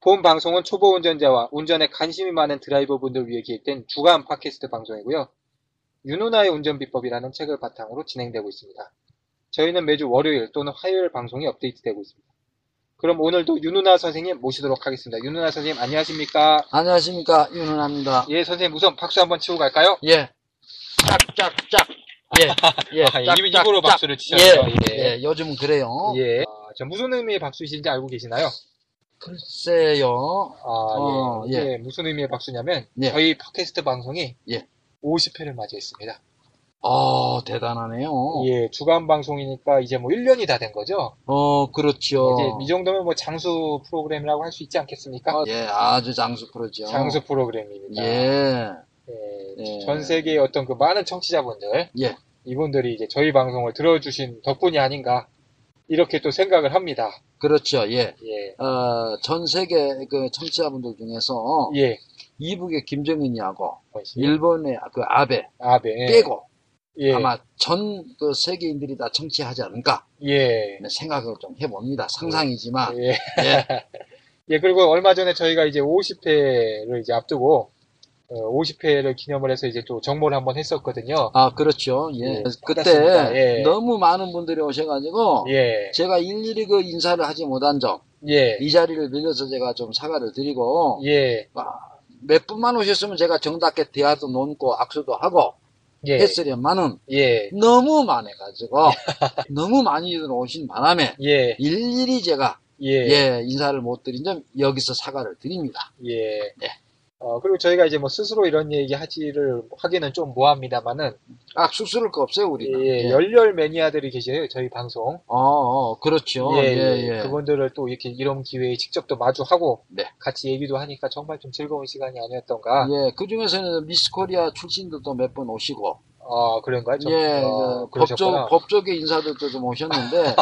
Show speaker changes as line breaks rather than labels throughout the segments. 본 방송은 초보 운전자와 운전에 관심이 많은 드라이버분들 위해 기획된 주간 팟캐스트 방송이고요. 윤누나의 운전비법이라는 책을 바탕으로 진행되고 있습니다. 저희는 매주 월요일 또는 화요일 방송이 업데이트되고 있습니다. 그럼 오늘도 윤누나 선생님 모시도록 하겠습니다. 윤누나 선생님 안녕하십니까?
안녕하십니까 윤은아입니다.
예, 선생님 우선 박수 한번 치고 갈까요?
예, 짝짝짝. 예, 예.
아, 입- 입으로
짝.
박수를 치셨어요.
예, 예, 요즘은 그래요.
예. 아, 저 무슨 의미의 박수이신지 알고 계시나요?
글쎄요.
아,
어,
예.
예.
이게 무슨 의미의 박수냐면,
예.
저희 팟캐스트 방송이
예.
50회를 맞이했습니다.
아 대단하네요.
예, 주간 방송이니까 이제 뭐 1년이 다 된 거죠?
어 그렇죠.
이제 이 정도면 뭐 장수 프로그램이라고 할 수 있지 않겠습니까?
예, 아주 장수 프로죠.
장수 프로그램입니다.
예,
예,
예.
전 세계의 어떤 그 많은 청취자분들,
예.
이분들이 이제 저희 방송을 들어주신 덕분이 아닌가, 이렇게 또 생각을 합니다.
그렇죠. 예.
예,
어, 전 세계 그 청취자분들 중에서
예.
이북의 김정은이하고 일본의 그 아베
아, 네.
빼고
예,
아마 전 그 세계인들이 다 청취하지 않을까
예.
생각을 좀 해봅니다. 상상이지만
예. 예, 그리고 얼마 전에 저희가 이제 50회를 이제 앞두고, 50회를 기념을 해서 이제 또 정모를 한번 했었거든요.
아, 그렇죠. 예.
예, 반갑습니다.
그때
예.
너무 많은 분들이 오셔가지고
예,
제가 일일이 그 인사를 하지 못한 점,
예,
이 자리를 빌려서 제가 좀 사과를 드리고
예,
몇 분만 오셨으면 제가 정답게 대화도 놓고 악수도 하고
예,
했으련만은
예,
너무 많아가지고 너무 많이들 오신 바람에
예,
일일이 제가
예,
예, 인사를 못 드린 점 여기서 사과를 드립니다.
예. 어, 그리고 저희가 이제 뭐 스스로 이런 얘기 하지를 하기는 좀 모합니다만은,
아, 쑥스러울 거 없어요, 우리는.
예, 열렬 매니아들이 계세요, 저희 방송.
어, 어, 그렇죠.
예,
예,
예.
예.
그분들을 또 이렇게 이런 기회에 직접 또 마주하고,
네.
같이 얘기도 하니까 정말 좀 즐거운 시간이 아니었던가.
예, 그 중에서는 미스 코리아 출신들도 몇 분 오시고,
아, 그런가요? 좀,
예,
어,
그 법조,
그러셨구나.
법조계 인사들도 좀 오셨는데,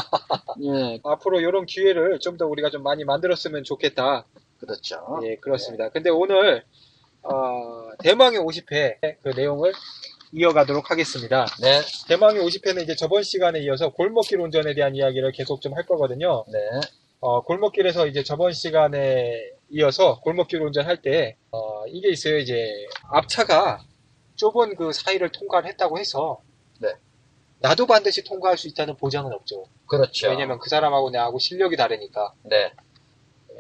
예,
앞으로 이런 기회를 좀 더 우리가 좀 많이 만들었으면 좋겠다.
그렇죠.
예, 그렇습니다. 근데 오늘 어, 대망의 50회 그 내용을 이어가도록 하겠습니다.
네,
대망의 50회는 이제 저번 시간에 이어서 골목길 운전에 대한 이야기를 계속 좀 할 거거든요.
네,
어, 골목길에서 이제 저번 시간에 이어서 골목길 운전할 때 어, 이게 있어요. 이제 앞차가 좁은 그 사이를 통과를 했다고 해서
네.
나도 반드시 통과할 수 있다는 보장은 없죠.
그렇죠.
왜냐면 그 사람하고 내하고 실력이 다르니까.
네,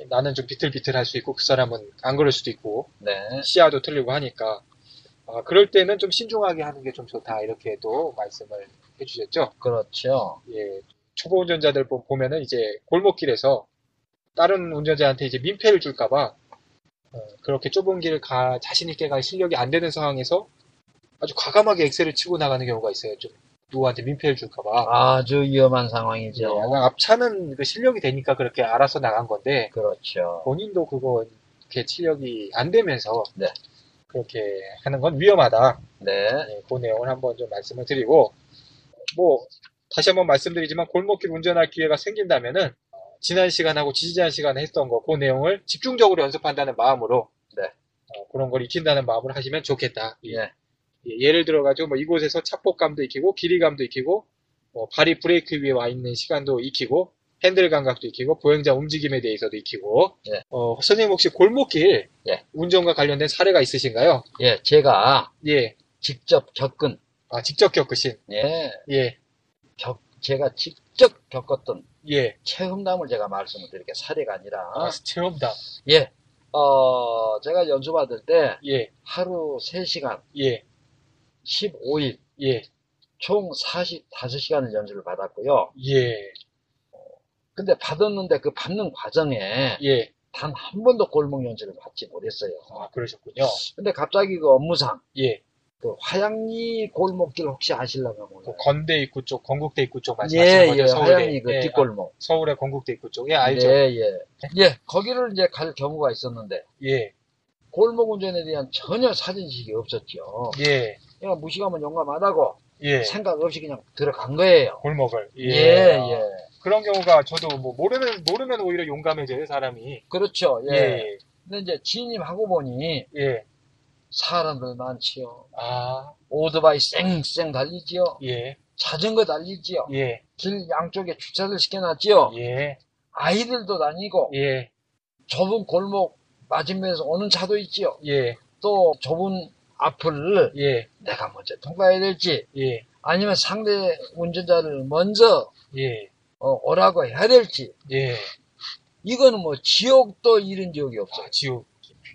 나는 좀 비틀비틀 할 수 있고 그 사람은 안 그럴 수도 있고
네,
시야도 틀리고 하니까 아, 그럴 때는 좀 신중하게 하는 게 좀 좋다 이렇게 또 말씀을 해주셨죠.
그렇죠.
예, 초보 운전자들 보- 보면은 이제 골목길에서 다른 운전자한테 이제 민폐를 줄까봐 어, 그렇게 좁은 길을 가 자신 있게 갈 실력이 안 되는 상황에서 아주 과감하게 엑셀을 치고 나가는 경우가 있어요. 좀 누구한테 민폐를 줄까봐.
아주 위험한
예,
상황이죠.
아마 앞차는 그 실력이 되니까 그렇게 알아서 나간 건데
그렇죠.
본인도 그거 이렇게 치력이 안 되면서
네.
그렇게 하는 건 위험하다.
네,
예, 그 내용을 한번 좀 말씀을 드리고 뭐 다시 한번 말씀드리지만 골목길 운전할 기회가 생긴다면은 어, 지난 시간하고 지지난 시간에 했던 거 그 내용을 집중적으로 연습한다는 마음으로
네.
어, 그런 걸 익힌다는 마음으로 하시면 좋겠다. 예.
예,
예를 들어가지고 뭐 이곳에서 착복감도 익히고 길이감도 익히고 뭐 발이 브레이크 위에 와 있는 시간도 익히고 핸들 감각도 익히고 보행자 움직임에 대해서도 익히고
예.
어, 선생님 혹시 골목길
예.
운전과 관련된 사례가 있으신가요?
예, 제가
예.
직접 겪은,
아 직접 겪으신
예,
예.
겪, 제가 직접 겪었던
예.
체험담을 제가 말씀을 드릴게요. 사례가 아니라,
아, 체험담.
예, 어, 제가 연수받을 때
예.
하루 3시간,
예.
15일
예.
총 45시간을 연수를 받았고요.
예,
근데 받았는데 그 받는 과정에
예.
단 한 번도 골목 연수를 받지 못했어요.
아, 그러셨군요.
근데 갑자기 그 업무상
예.
그 화양리 골목길 혹시 아실라나 몰라요.
그 건대 입구 쪽, 건국대 입구 쪽 말씀하시는
예,
거죠?
예,
서울에.
화양리 그
예,
뒷골목.
서울의 건국대 입구 쪽. 예, 알죠.
예, 예. 예, 거기를 이제 갈 경우가 있었는데
예,
골목 운전에 대한 전혀 사진식이 없었죠.
예,
그냥 무시하면 용감 안 하고
예.
생각 없이 그냥 들어간 거예요.
골목을. 예,
예, 예.
그런 경우가 저도 뭐 모르면 모르면 오히려 용감해져요 사람이.
그렇죠. 예.
예,
근데 이제 지인님하고 보니
예.
사람들 많지요.
아,
오토바이 쌩쌩 달리지요.
예,
자전거 달리지요.
예,
길 양쪽에 주차를 시켜놨지요.
예,
아이들도 다니고
예,
좁은 골목 맞으면서 오는 차도 있지요.
예,
또 좁은 앞을
예,
내가 먼저 통과해야 될지
예,
아니면 상대 운전자를 먼저
예,
어, 오라고 해야 될지
예.
이거는 뭐 지옥도 잃은 지옥이 없어요.
아, 지옥,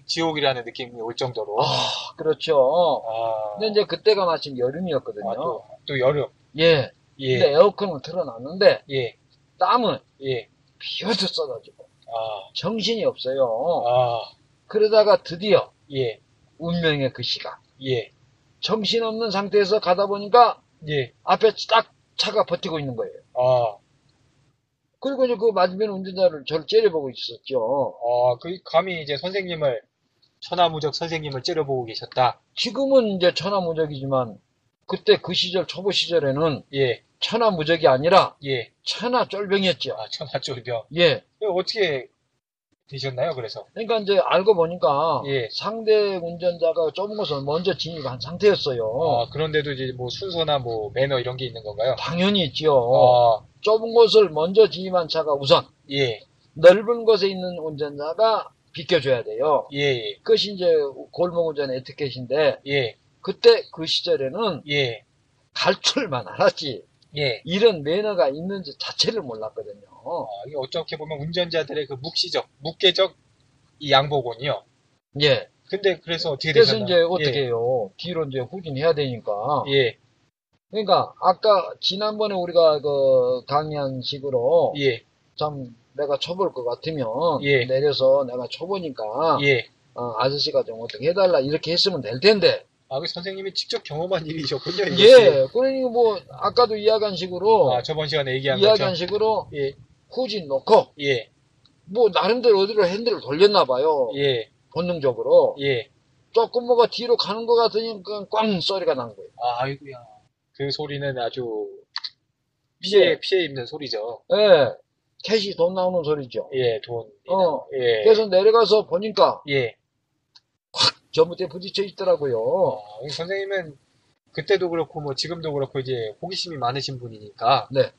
지옥이라는 느낌이 올 정도로.
아 그렇죠.
아,
근데 이제 그때가 마침
아,
여름이었거든요.
또, 또 여름.
예.
예,
근데 에어컨을 틀어놨는데
예,
땀은
예.
비어도 쏟아지고
아,
정신이 없어요.
아,
그러다가 드디어
예,
운명의 그 시각.
예,
정신없는 상태에서 가다 보니까
예,
앞에 딱 차가 버티고 있는 거예요.
아,
그리고 이제 그 맞으면 운전자를 저를 째려보고 있었죠.
아, 그, 감히 이제 선생님을, 천하무적 선생님을 째려보고 계셨다.
지금은 이제 천하무적이지만 그때 그 시절 초보 시절에는
예,
천하무적이 아니라
예.
천하쫄병이었죠.
아, 천하쫄병.
예.
이거 어떻게 되셨나요, 그래서?
그러니까 이제 알고 보니까
예.
상대 운전자가 좁은 곳을 먼저 진입한 상태였어요.
아, 그런데도 이제 뭐 순서나 뭐 매너 이런 게 있는 건가요?
당연히 있지요. 어.
아,
좁은 곳을 먼저 진입한 차가 우선
예,
넓은 곳에 있는 운전자가 비켜줘야 돼요.
예, 예,
그것이 이제 골목 운전 에티켓인데
예,
그때 그 시절에는
예,
갈 줄만 알았지
예.
이런 매너가 있는지 자체를 몰랐거든요.
아, 이게 어떻게 보면 운전자들의 그 묵시적, 묵계적 이 양복은요.
예.
근데 그래서 어떻게
그래서
되셨나요?
이제 어떻게 해요? 뒤로 이제 후진해야 되니까.
예, 예,
그러니까 아까 지난번에 우리가 그 강의한 식으로
예,
참 내가 쳐볼 것 같으면
예.
내려서 내가 쳐보니까
예.
어, 아저씨가 좀 어떻게 해달라 이렇게 했으면 될 텐데
아, 그 선생님이 직접 경험한 일이셨군요. 이것이.
예 그러니까 뭐 아까도 이야기한 식으로
아, 저번 시간에 얘기한
이야기한
것처럼.
식으로
예,
후진 놓고
예,
뭐 나름대로 어디로 핸들을 돌렸나 봐요
예,
본능적으로
예.
조금 뭐가 뒤로 가는 것 같으니까 꽝 소리가 난 거예요
아이고야. 그 소리는 아주 피해,
예.
피해 입는 소리죠.
예 캐시 돈 나오는 소리죠
예, 돈.
어.
예.
그래서 내려가서 보니까
예.
전봇대에 부딪혀 있더라고요
어, 이 선생님은 그때도 그렇고 뭐 지금도 그렇고 이제 호기심이 많으신 분이니까
네.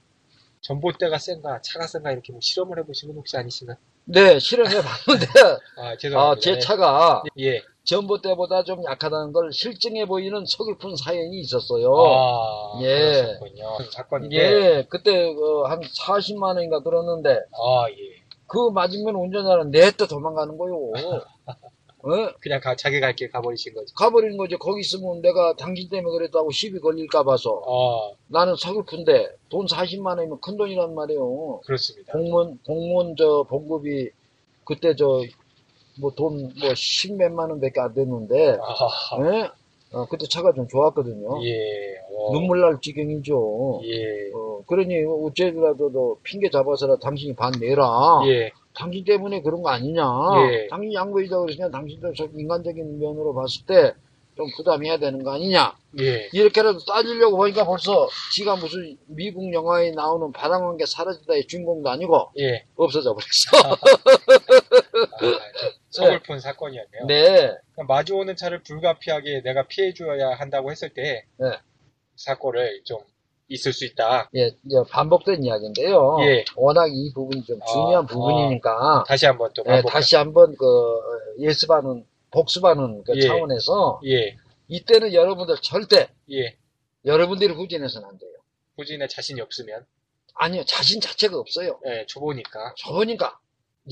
전봇대가 센가 차가 센가 이렇게 뭐 실험을 해보신 분 혹시 아니신가?
네 실험해 봤는데
아 죄송합니다.
아, 제 차가
예.
전봇대보다 좀 약하다는 걸 실증해 보이는 서글픈 사연이 있었어요.
아
예.
그러셨군요. 그 사건인데.
예, 그때 어, 한 40만 원인가 들었는데
아 예.
그 맞으면 운전자는 내또 도망가는 거요. 어?
그냥 가, 자기 갈 길 가버리신 거죠.
가버리는 거지. 거기 있으면 내가 당신 때문에 그랬다고 시비 걸릴까 봐서
아
나는 서글픈데 돈 40만 원이면 큰 돈이란 말이에요.
그렇습니다.
공무원 공무원 저 봉급이 그때 저 뭐 돈 뭐 10몇만 원밖에 안 됐는데
아
예? 어, 그때 차가 좀 좋았거든요.
예. 어,
눈물 날 지경이죠.
예.
어, 그러니 어째라도 너 핑계 잡아서라 당신이 반 내라.
예.
당신 때문에 그런 거 아니냐.
예.
당신 양보이자고 그러시냐. 당신도 저 인간적인 면으로 봤을 때 좀 부담해야 되는 거 아니냐.
예.
이렇게라도 따지려고 보니까 벌써 지가 무슨 미국 영화에 나오는 바람한 게 사라지다의 주인공도 아니고
예.
없어져 버렸어.
아, 좀 서글픈 사건이었네요.
네.
그러니까 마주오는 차를 불가피하게 내가 피해줘야 한다고 했을 때
네.
사고를 좀 있을 수 있다.
예, 이제 반복된 이야기인데요.
예.
워낙 이 부분이 좀
아,
중요한
아.
부분이니까
다시 한번 또
예,
반복.
다시 한번 그 예습하는 복습하는 그
예.
차원에서
예,
이때는 여러분들 절대
예.
여러분들이 후진해서는 안 돼요.
후진에 자신이 없으면
아니요 자신 자체가 없어요.
예, 초보니까
초보니까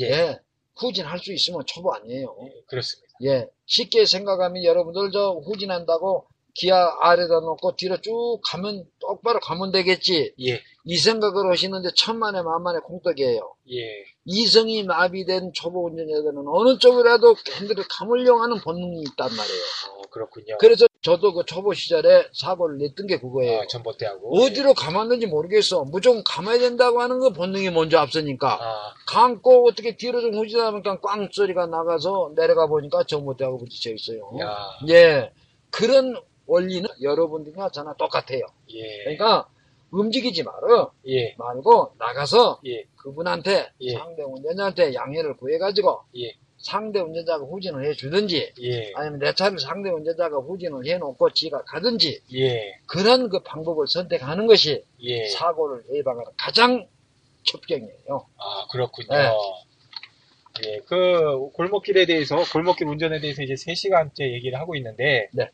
예 후진할 수 있으면 초보 아니에요.
예, 그렇습니다.
예 쉽게 생각하면 여러분들 저 후진한다고 기아 아래다 놓고 뒤로 쭉 가면 똑바로 가면 되겠지
예,
이 생각을 하시는데 천만에 만만에 콩떡이에요.
예.
이성이 마비된 초보 운전자들은 어느 쪽이라도 핸들을 감을용하는 본능이 있단 말이에요.
어, 그렇군요.
그래서 저도 그 초보 시절에 사고를 냈던 게 그거예요.
아, 전봇대하고.
어디로 감았는지 모르겠어. 무조건 감아야 된다고 하는 그 본능이 먼저 앞서니까.
아,
감고 어떻게 뒤로 좀 후진하니까 꽝 소리가 나가서 내려가 보니까 전봇대하고 부딪혀 있어요.
야,
예. 그런 원리는 여러분들이나 저나 똑같아요.
예.
그러니까 움직이지 말아요.
예,
말고 나가서
예,
그분한테
예.
상대 운전자한테 양해를 구해가지고
예.
상대 운전자가 후진을 해주든지
예,
아니면 내 차를 상대 운전자가 후진을 해놓고 지가 가든지
예,
그런 그 방법을 선택하는 것이
예.
사고를 예방하는 가장 첩경이에요.
아, 그렇군요.
네.
예, 그 골목길에 대해서 골목길 운전에 대해서 이제 3시간째 얘기를 하고 있는데
네.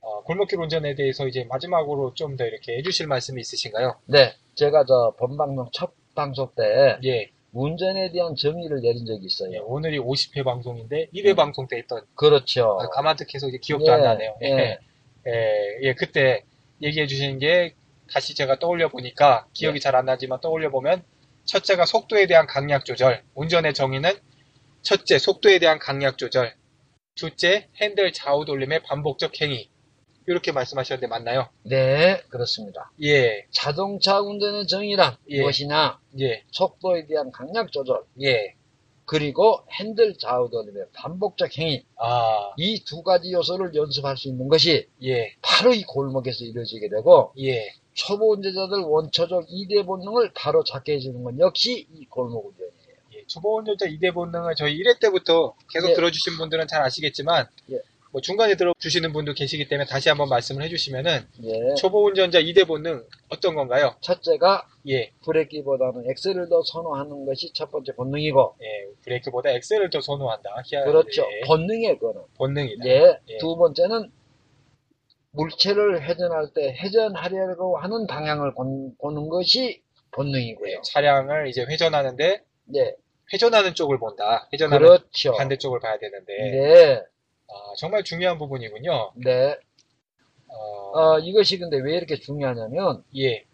어, 골목길 운전에 대해서 이제 마지막으로 좀 더 이렇게 해주실 말씀이 있으신가요?
네, 제가 저 본방송 첫 방송 때
예,
운전에 대한 정의를 내린 적이 있어요.
예, 오늘이 50회 방송인데 1회 방송 때 했던
그렇죠.
아, 가만뜩해서 이제 기억도 안
예,
나네요. 예,
예.
예, 예, 그때 얘기해 주신 게 다시 제가 떠올려 보니까
네.
기억이 잘 안 나지만 떠올려 보면 첫째가 속도에 대한 강약 조절, 운전의 정의는 첫째 속도에 대한 강약 조절, 둘째 핸들 좌우 돌림의 반복적 행위 이렇게 말씀하셨는데 맞나요?
네, 그렇습니다.
예,
자동차 운전의 정의란
예.
무엇이냐?
예,
속도에 대한 강약 조절,
예,
그리고 핸들 좌우 돌림의 반복적 행위
아,
이 두 가지 요소를 연습할 수 있는 것이
예,
바로 이 골목에서 이루어지게 되고
예,
초보 운전자들 원초적 이대 본능을 바로 잡게 해주는 건 역시 이 골목 운전이에요.
예. 초보 운전자 2대 본능을 저희 1회 때부터 계속
예.
들어주신 분들은 잘 아시겠지만
예.
뭐 중간에 들어주시는 분도 계시기 때문에 다시 한번 말씀을 해주시면은
예.
초보 운전자 2대 본능 어떤 건가요?
첫째가
예,
브레이크보다는 엑셀을 더 선호하는 것이 첫 번째 본능이고
예, 브레이크보다 엑셀을 더 선호한다. 히아의 예.
그렇죠. 본능이에요, 그거는.
본능이다.
예.
예.
두 번째는 물체를 회전할 때 회전하려고 하는 방향을 권- 보는 것이
예,
본능이고요.
차량을 이제 회전하는데
네,
회전하는 쪽을 본다. 회전하는
그렇죠.
반대쪽을 봐야 되는데
네,
아, 정말 중요한 부분이군요.
네.
어,
어, 이것이 근데 왜 이렇게 중요하냐면
예,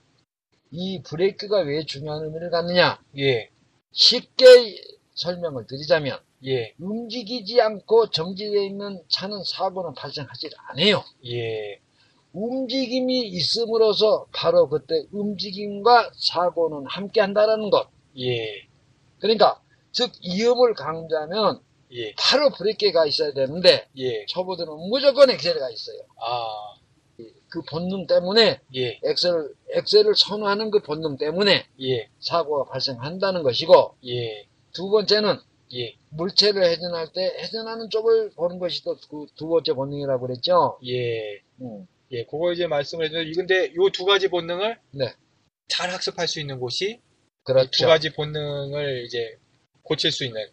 이 브레이크가 왜 중요한 의미를 갖느냐?
예,
쉽게 설명을 드리자면
예,
움직이지 않고 정지되어 있는 차는 사고는 발생하지 않아요.
예,
움직임이 있음으로써 바로 그때 움직임과 사고는 함께 한다라는 것.
예,
그러니까 즉 이음을 강조하면
예,
바로 브레이크가 있어야 되는데
예,
초보들은 무조건 엑셀가 있어요.
아,
그 본능 때문에
예,
엑셀 엑셀을 선호하는 그 본능 때문에
예,
사고가 발생한다는 것이고
예,
두 번째는
예,
물체를 회전할 때 회전하는 쪽을 보는 것이 또 두 번째 본능이라고 그랬죠.
예,
음,
예, 그거 이제 말씀을 해주셨는데, 근데 요 두 가지 본능을
네.
잘 학습할 수 있는 곳이 이두 예,
그렇죠.
가지 본능을 이제 고칠 수 있는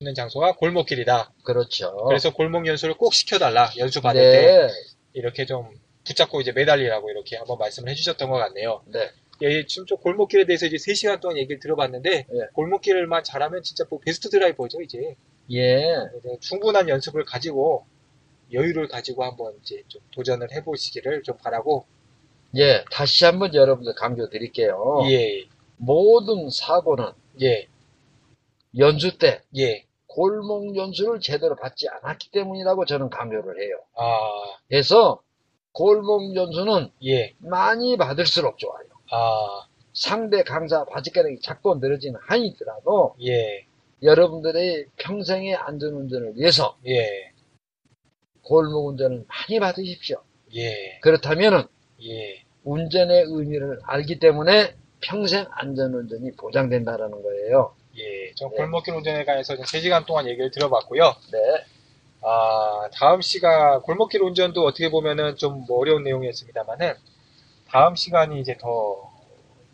있는 장소가 골목길이다.
그렇죠.
그래서 골목 연수를 꼭 시켜달라. 연수 받을 때
네,
이렇게 좀 붙잡고 이제 매달리라고 이렇게 한번 말씀을 해주셨던 것 같네요.
네,
예, 지금 좀 골목길에 대해서 이제 3시간 동안 얘기를 들어봤는데
네.
골목길만 잘하면 진짜 뭐 베스트 드라이버죠 이제
예,
네, 충분한 연습을 가지고 여유를 가지고 한번 이제 좀 도전을 해보시기를 좀 바라고
예. 다시 한번 여러분들 강조드릴게요.
예,
모든 사고는
예,
연수 때
예,
골목 연수를 제대로 받지 않았기 때문이라고 저는 강조를 해요.
아,
그래서 골목 연수는
예,
많이 받을수록 좋아요.
아,
상대 강사 바지가랑이 작고 늘어지는 한이 있더라도
예,
여러분들의 평생의 안전운전을 위해서
예,
골목 운전을 많이 받으십시오.
예,
그렇다면
예.
운전의 의미를 알기 때문에 평생 안전운전이 보장된다라는 거예요.
예, 저
네.
골목길 운전에 관해서 3시간 동안 얘기를 들어봤고요.
네,
아, 다음 시간, 골목길 운전도 어떻게 보면은 좀뭐 어려운 내용이었습니다만은, 다음 시간이 이제 더,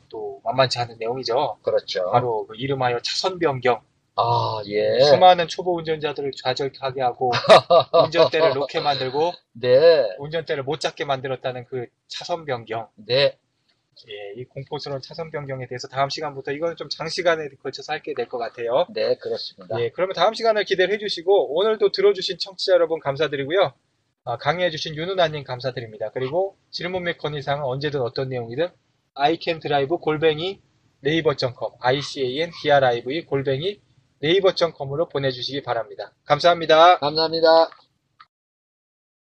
또 만만치 않은 내용이죠.
그렇죠.
바로 그 이름하여 차선 변경.
아, 예.
수많은 초보 운전자들을 좌절하게 하고, 운전대를 놓게 만들고,
네,
운전대를 못 잡게 만들었다는 그 차선 변경.
네,
예, 이 공포스러운 차선 변경에 대해서 다음 시간부터 이거는 좀 장시간에 걸쳐서 할게 될 것 같아요.
네, 그렇습니다.
예, 그러면 다음 시간을 기대를 해주시고 오늘도 들어주신 청취자 여러분 감사드리고요. 아, 강의해주신 윤은아님 감사드립니다. 그리고 질문 및 건의사항은 언제든 어떤 내용이든 iCanDrive 골뱅이 네이버.com icandrive 골뱅이 네이버.com으로 보내주시기 바랍니다. 감사합니다.
감사합니다.